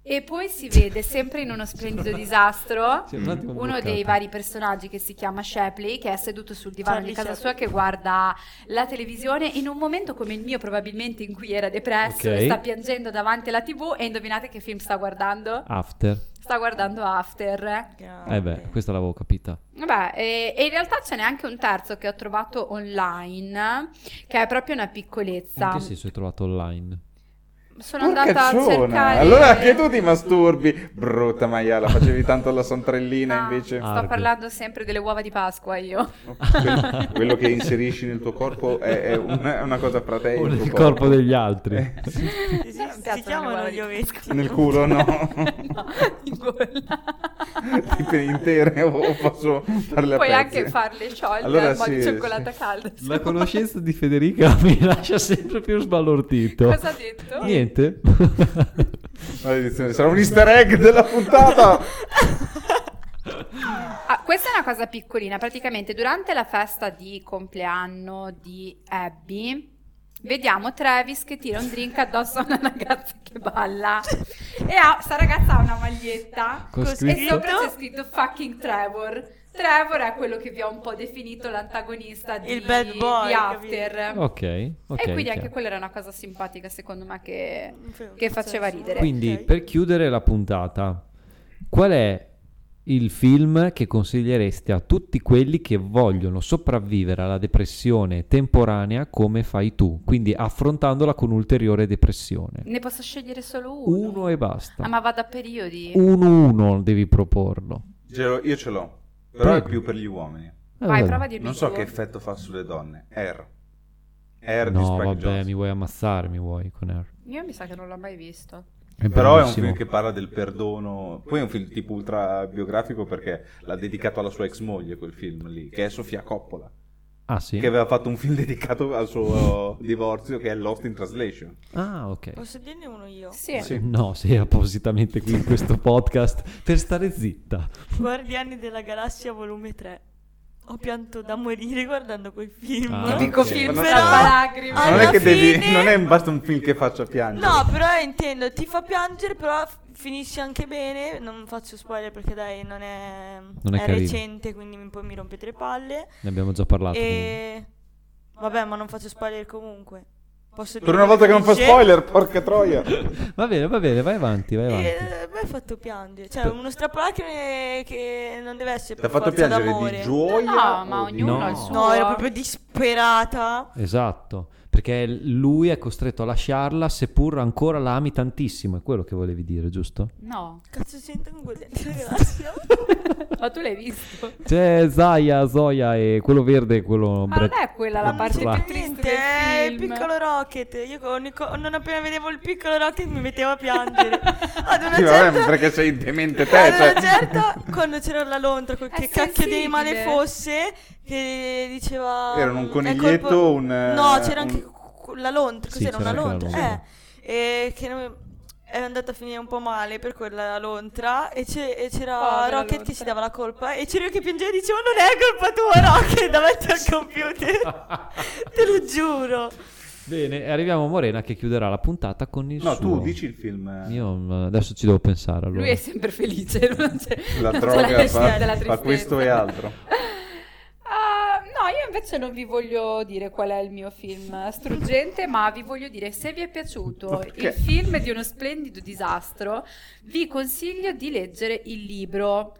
[SPEAKER 3] E poi si vede sempre in uno splendido disastro
[SPEAKER 1] Sì, un attimo
[SPEAKER 3] uno
[SPEAKER 1] bloccata.
[SPEAKER 3] dei vari personaggi che si chiama Shapley, che è seduto sul divano
[SPEAKER 4] Charlie
[SPEAKER 3] di casa
[SPEAKER 4] Shapley.
[SPEAKER 3] sua che guarda la televisione in un momento come il mio probabilmente in cui era depresso
[SPEAKER 1] Ok.
[SPEAKER 3] e sta piangendo davanti alla tv e indovinate che film sta guardando?
[SPEAKER 1] After.
[SPEAKER 3] Sta guardando After.
[SPEAKER 1] Eh beh, questa l'avevo capita.
[SPEAKER 3] Vabbè, e, e in realtà ce n'è anche un terzo che ho trovato online, che è proprio una
[SPEAKER 1] In
[SPEAKER 3] piccolezza.
[SPEAKER 1] che senso hai trovato online?
[SPEAKER 3] Sono
[SPEAKER 2] Porca
[SPEAKER 3] andata a
[SPEAKER 2] ciona,
[SPEAKER 3] cercare...
[SPEAKER 2] Allora anche tu ti masturbi, brutta maiala, facevi tanto la
[SPEAKER 3] Ah,
[SPEAKER 2] santrellina invece.
[SPEAKER 1] Ah.
[SPEAKER 3] Sto
[SPEAKER 1] Argo.
[SPEAKER 3] parlando sempre delle uova di Pasqua io.
[SPEAKER 2] Quello- Quello che inserisci nel tuo corpo è, è una, è una cosa proteica.
[SPEAKER 1] Uno il corpo degli altri.
[SPEAKER 2] Eh,
[SPEAKER 4] Sì,
[SPEAKER 3] Non
[SPEAKER 4] si
[SPEAKER 3] piacciono le
[SPEAKER 4] chiamano
[SPEAKER 3] uova
[SPEAKER 4] gli
[SPEAKER 3] di
[SPEAKER 4] ovetti.
[SPEAKER 2] Nel culo no.
[SPEAKER 1] [LAUGHS]
[SPEAKER 3] no, in gola.
[SPEAKER 2] [LAUGHS] Tipo intere o posso farle
[SPEAKER 3] Puoi
[SPEAKER 2] a pezzi.
[SPEAKER 3] anche farle sciogliere
[SPEAKER 2] Allora
[SPEAKER 3] al modo
[SPEAKER 2] sì,
[SPEAKER 3] di
[SPEAKER 2] sì.
[SPEAKER 3] cioccolata calda. se
[SPEAKER 1] La
[SPEAKER 3] vuoi.
[SPEAKER 1] conoscenza di Federica mi lascia sempre più sbalordito.
[SPEAKER 3] Cosa ha detto?
[SPEAKER 1] Niente. [LAUGHS]
[SPEAKER 2] Maledizione, sarà un easter egg della [LAUGHS] puntata.
[SPEAKER 3] Ah, questa è una cosa piccolina, praticamente durante la festa di compleanno di Abby vediamo Travis che tira un drink addosso a una ragazza che balla e ha, sta ragazza ha una maglietta
[SPEAKER 1] Con
[SPEAKER 4] Così.
[SPEAKER 3] e
[SPEAKER 1] scritto-
[SPEAKER 3] sopra c'è scritto fucking Trevor. Trevor è quello che vi ho un po' definito l'antagonista di,
[SPEAKER 4] Il bad boy,
[SPEAKER 3] di After.
[SPEAKER 1] Ok, ok.
[SPEAKER 3] e quindi anche
[SPEAKER 1] chiaro.
[SPEAKER 3] quella era una cosa simpatica secondo me che... Che faceva ridere.
[SPEAKER 1] Quindi, per chiudere la puntata, qual è il film che consiglieresti a tutti quelli che vogliono sopravvivere alla depressione temporanea come fai tu? Quindi affrontandola con ulteriore depressione.
[SPEAKER 3] Ne posso scegliere solo uno.
[SPEAKER 1] Uno e
[SPEAKER 3] Ah,
[SPEAKER 1] basta.
[SPEAKER 3] ma vado a periodi.
[SPEAKER 1] Uno uno devi proporlo.
[SPEAKER 2] Ce l'ho- Io ce l'ho, però è
[SPEAKER 1] Prego.
[SPEAKER 2] più per gli uomini.
[SPEAKER 1] Eh,
[SPEAKER 3] Vai,
[SPEAKER 1] vabbè.
[SPEAKER 3] prova a dirmi
[SPEAKER 2] Non so
[SPEAKER 3] tu.
[SPEAKER 2] che effetto fa sulle donne. Air. Air di
[SPEAKER 1] No,
[SPEAKER 2] Spike
[SPEAKER 1] vabbè,
[SPEAKER 2] Jonze.
[SPEAKER 1] mi vuoi ammazzare, mi vuoi con Air.
[SPEAKER 3] Io mi sa che non l'ho mai visto.
[SPEAKER 1] È
[SPEAKER 2] Però è un
[SPEAKER 1] bellissimo.
[SPEAKER 2] film che parla del perdono. Poi è un film tipo ultra biografico perché l'ha dedicato alla sua ex moglie quel film lì, che è Sofia Coppola,
[SPEAKER 1] Ah, sì?
[SPEAKER 2] che aveva fatto un film [LAUGHS] dedicato al suo divorzio che è Lost in Translation.
[SPEAKER 1] Ah, ok.
[SPEAKER 4] Posso dirne uno io?
[SPEAKER 3] Oh, Sì.
[SPEAKER 2] Sì.
[SPEAKER 1] No, sei appositamente qui in questo podcast per stare zitta.
[SPEAKER 4] Guardiani della Galassia volume 3. Ho pianto da morire guardando quel film.
[SPEAKER 1] Ah, ok.
[SPEAKER 3] Dico
[SPEAKER 1] Dico
[SPEAKER 3] film
[SPEAKER 2] film
[SPEAKER 4] Però-
[SPEAKER 3] lacrime.
[SPEAKER 2] Ma non è
[SPEAKER 4] Alla
[SPEAKER 2] che devi.
[SPEAKER 4] fine-
[SPEAKER 2] Non è basta un film che faccia piangere.
[SPEAKER 4] No, però intendo, ti fa piangere, però f- finisce anche bene. Non faccio spoiler perché dai, non è,
[SPEAKER 1] Non è carino.
[SPEAKER 4] recente, quindi mi- poi mi rompete le palle.
[SPEAKER 1] Ne abbiamo già
[SPEAKER 3] Eh,
[SPEAKER 1] parlato. comunque.
[SPEAKER 4] E vabbè, ma non faccio spoiler comunque. Posso
[SPEAKER 2] Per una volta che non fa
[SPEAKER 4] finisce?
[SPEAKER 2] spoiler, porca troia.
[SPEAKER 1] Va bene, va bene, vai avanti, vai avanti.
[SPEAKER 4] Eh, mi hai fatto piangere. Cioè, uno strappalacrime che non deve essere
[SPEAKER 2] Ti ha
[SPEAKER 4] per
[SPEAKER 2] fatto
[SPEAKER 4] forza
[SPEAKER 2] piangere
[SPEAKER 4] d'amore.
[SPEAKER 2] di gioia.
[SPEAKER 3] No, ma
[SPEAKER 2] o di-
[SPEAKER 3] ognuno
[SPEAKER 1] No.
[SPEAKER 3] ha il suo.
[SPEAKER 4] No, ero proprio disperata.
[SPEAKER 1] Esatto, perché lui è costretto a lasciarla seppur ancora la ami tantissimo, è quello che volevi dire, giusto?
[SPEAKER 3] No,
[SPEAKER 4] Cazzo sento con
[SPEAKER 3] [LAUGHS]
[SPEAKER 4] quel dente di galassia.
[SPEAKER 3] ma tu l'hai visto.
[SPEAKER 1] C'è Zaya, Zoya e quello verde e quello...
[SPEAKER 3] Ma Ah, non è quella la
[SPEAKER 1] Non
[SPEAKER 3] parte
[SPEAKER 1] c'entra
[SPEAKER 3] più
[SPEAKER 1] Guarda.
[SPEAKER 4] Niente,
[SPEAKER 3] triste del
[SPEAKER 4] eh, il
[SPEAKER 3] film.
[SPEAKER 4] piccolo Rocket. Io con- con- non appena vedevo il piccolo Rocket mi mettevo a piangere.
[SPEAKER 3] [LAUGHS]
[SPEAKER 4] Ad una
[SPEAKER 2] Sì, vabbè,
[SPEAKER 4] certa...
[SPEAKER 2] perché sei demente te.
[SPEAKER 4] Ad
[SPEAKER 2] Cioè.
[SPEAKER 4] una
[SPEAKER 3] certo.
[SPEAKER 4] certa, certo, quando c'era la Londra, col
[SPEAKER 3] È
[SPEAKER 4] che cacchio di
[SPEAKER 3] sensibile.
[SPEAKER 4] male fosse, che diceva...
[SPEAKER 2] Erano un
[SPEAKER 4] "È
[SPEAKER 2] coniglietto,
[SPEAKER 4] colpo-"
[SPEAKER 2] un, eh,
[SPEAKER 4] No, c'era
[SPEAKER 2] un-
[SPEAKER 4] anche cu- la Londra,
[SPEAKER 1] Sì,
[SPEAKER 4] cos'era
[SPEAKER 1] c'era
[SPEAKER 4] una
[SPEAKER 1] anche la
[SPEAKER 4] Londra?
[SPEAKER 1] Londra.
[SPEAKER 4] Eh, e che non- è andata a finire un po' male per quella Londra e, c'è- e c'era
[SPEAKER 3] Povera
[SPEAKER 4] Rocket
[SPEAKER 3] Londra.
[SPEAKER 4] che si dava la colpa e c'era io che piangeva e dicevo non è colpa tua Rocket davanti
[SPEAKER 1] [LAUGHS]
[SPEAKER 4] al computer. Te lo giuro.
[SPEAKER 1] Bene, e arriviamo a Morena che chiuderà la puntata con il
[SPEAKER 2] No,
[SPEAKER 1] suo...
[SPEAKER 2] tu dici il film. eh.
[SPEAKER 1] Io mm, adesso ci devo pensare allora.
[SPEAKER 3] Lui è sempre felice. [LAUGHS] Non c'è,
[SPEAKER 2] La
[SPEAKER 3] non c'è
[SPEAKER 2] droga
[SPEAKER 3] necessità
[SPEAKER 2] fa, fa
[SPEAKER 3] della tristezza.
[SPEAKER 2] questo e altro.
[SPEAKER 3] [LAUGHS] Ah, no, io invece non vi voglio dire qual è il mio film struggente, ma vi voglio dire se vi è piaciuto il film di uno splendido disastro, vi consiglio di leggere il libro.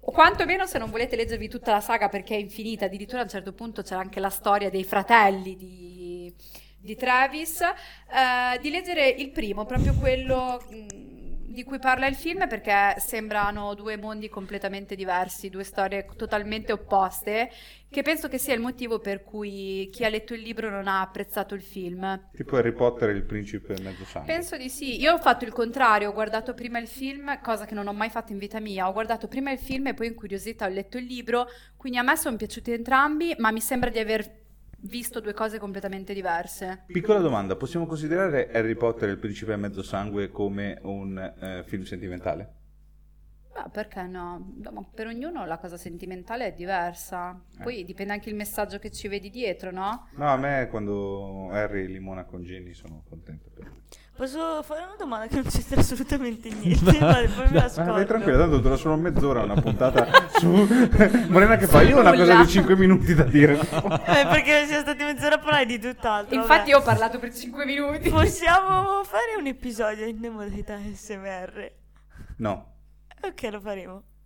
[SPEAKER 3] O quantomeno se non volete leggervi tutta la saga perché è infinita, addirittura a un certo punto c'è anche la storia dei fratelli di, di Travis, eh, di leggere il primo, proprio quello mh, di cui parla il film, perché sembrano due mondi completamente diversi, due storie totalmente opposte, che penso che sia il motivo per cui chi ha letto il libro non ha apprezzato il film.
[SPEAKER 2] Tipo Harry Potter e il principe mezzo sangue.
[SPEAKER 3] Penso di sì, io ho fatto il contrario, ho guardato prima il film, cosa che non ho mai fatto in vita mia, ho guardato prima il film e poi incuriosita ho letto il libro, quindi a me sono piaciuti entrambi, ma mi sembra di aver visto due cose completamente diverse.
[SPEAKER 2] Piccola domanda, possiamo considerare Harry Potter e il principe a mezzo sangue come un eh, film sentimentale?
[SPEAKER 3] Ma perché no? No, ma per ognuno la cosa sentimentale è diversa. Poi dipende anche il messaggio che ci vedi dietro, no?
[SPEAKER 2] No, a me quando Harry limona con Ginny sono contento. Per lui.
[SPEAKER 4] Posso fare una domanda che non c'entra assolutamente
[SPEAKER 1] [LAUGHS]
[SPEAKER 4] niente? Vale, poi me la
[SPEAKER 2] Ma
[SPEAKER 4] scordo.
[SPEAKER 2] vai tranquilla, tanto dura solo mezz'ora una puntata su [LAUGHS] Morena che fa. Io ho una cosa
[SPEAKER 3] Nulla.
[SPEAKER 2] di 5 minuti da dire.
[SPEAKER 4] Eh, perché siamo stati mezz'ora a parlare di tutt'altro. vabbè.
[SPEAKER 3] Infatti io ho parlato per 5 minuti.
[SPEAKER 4] Possiamo fare un episodio in modalità SMR.
[SPEAKER 2] No,
[SPEAKER 4] Ok, lo faremo.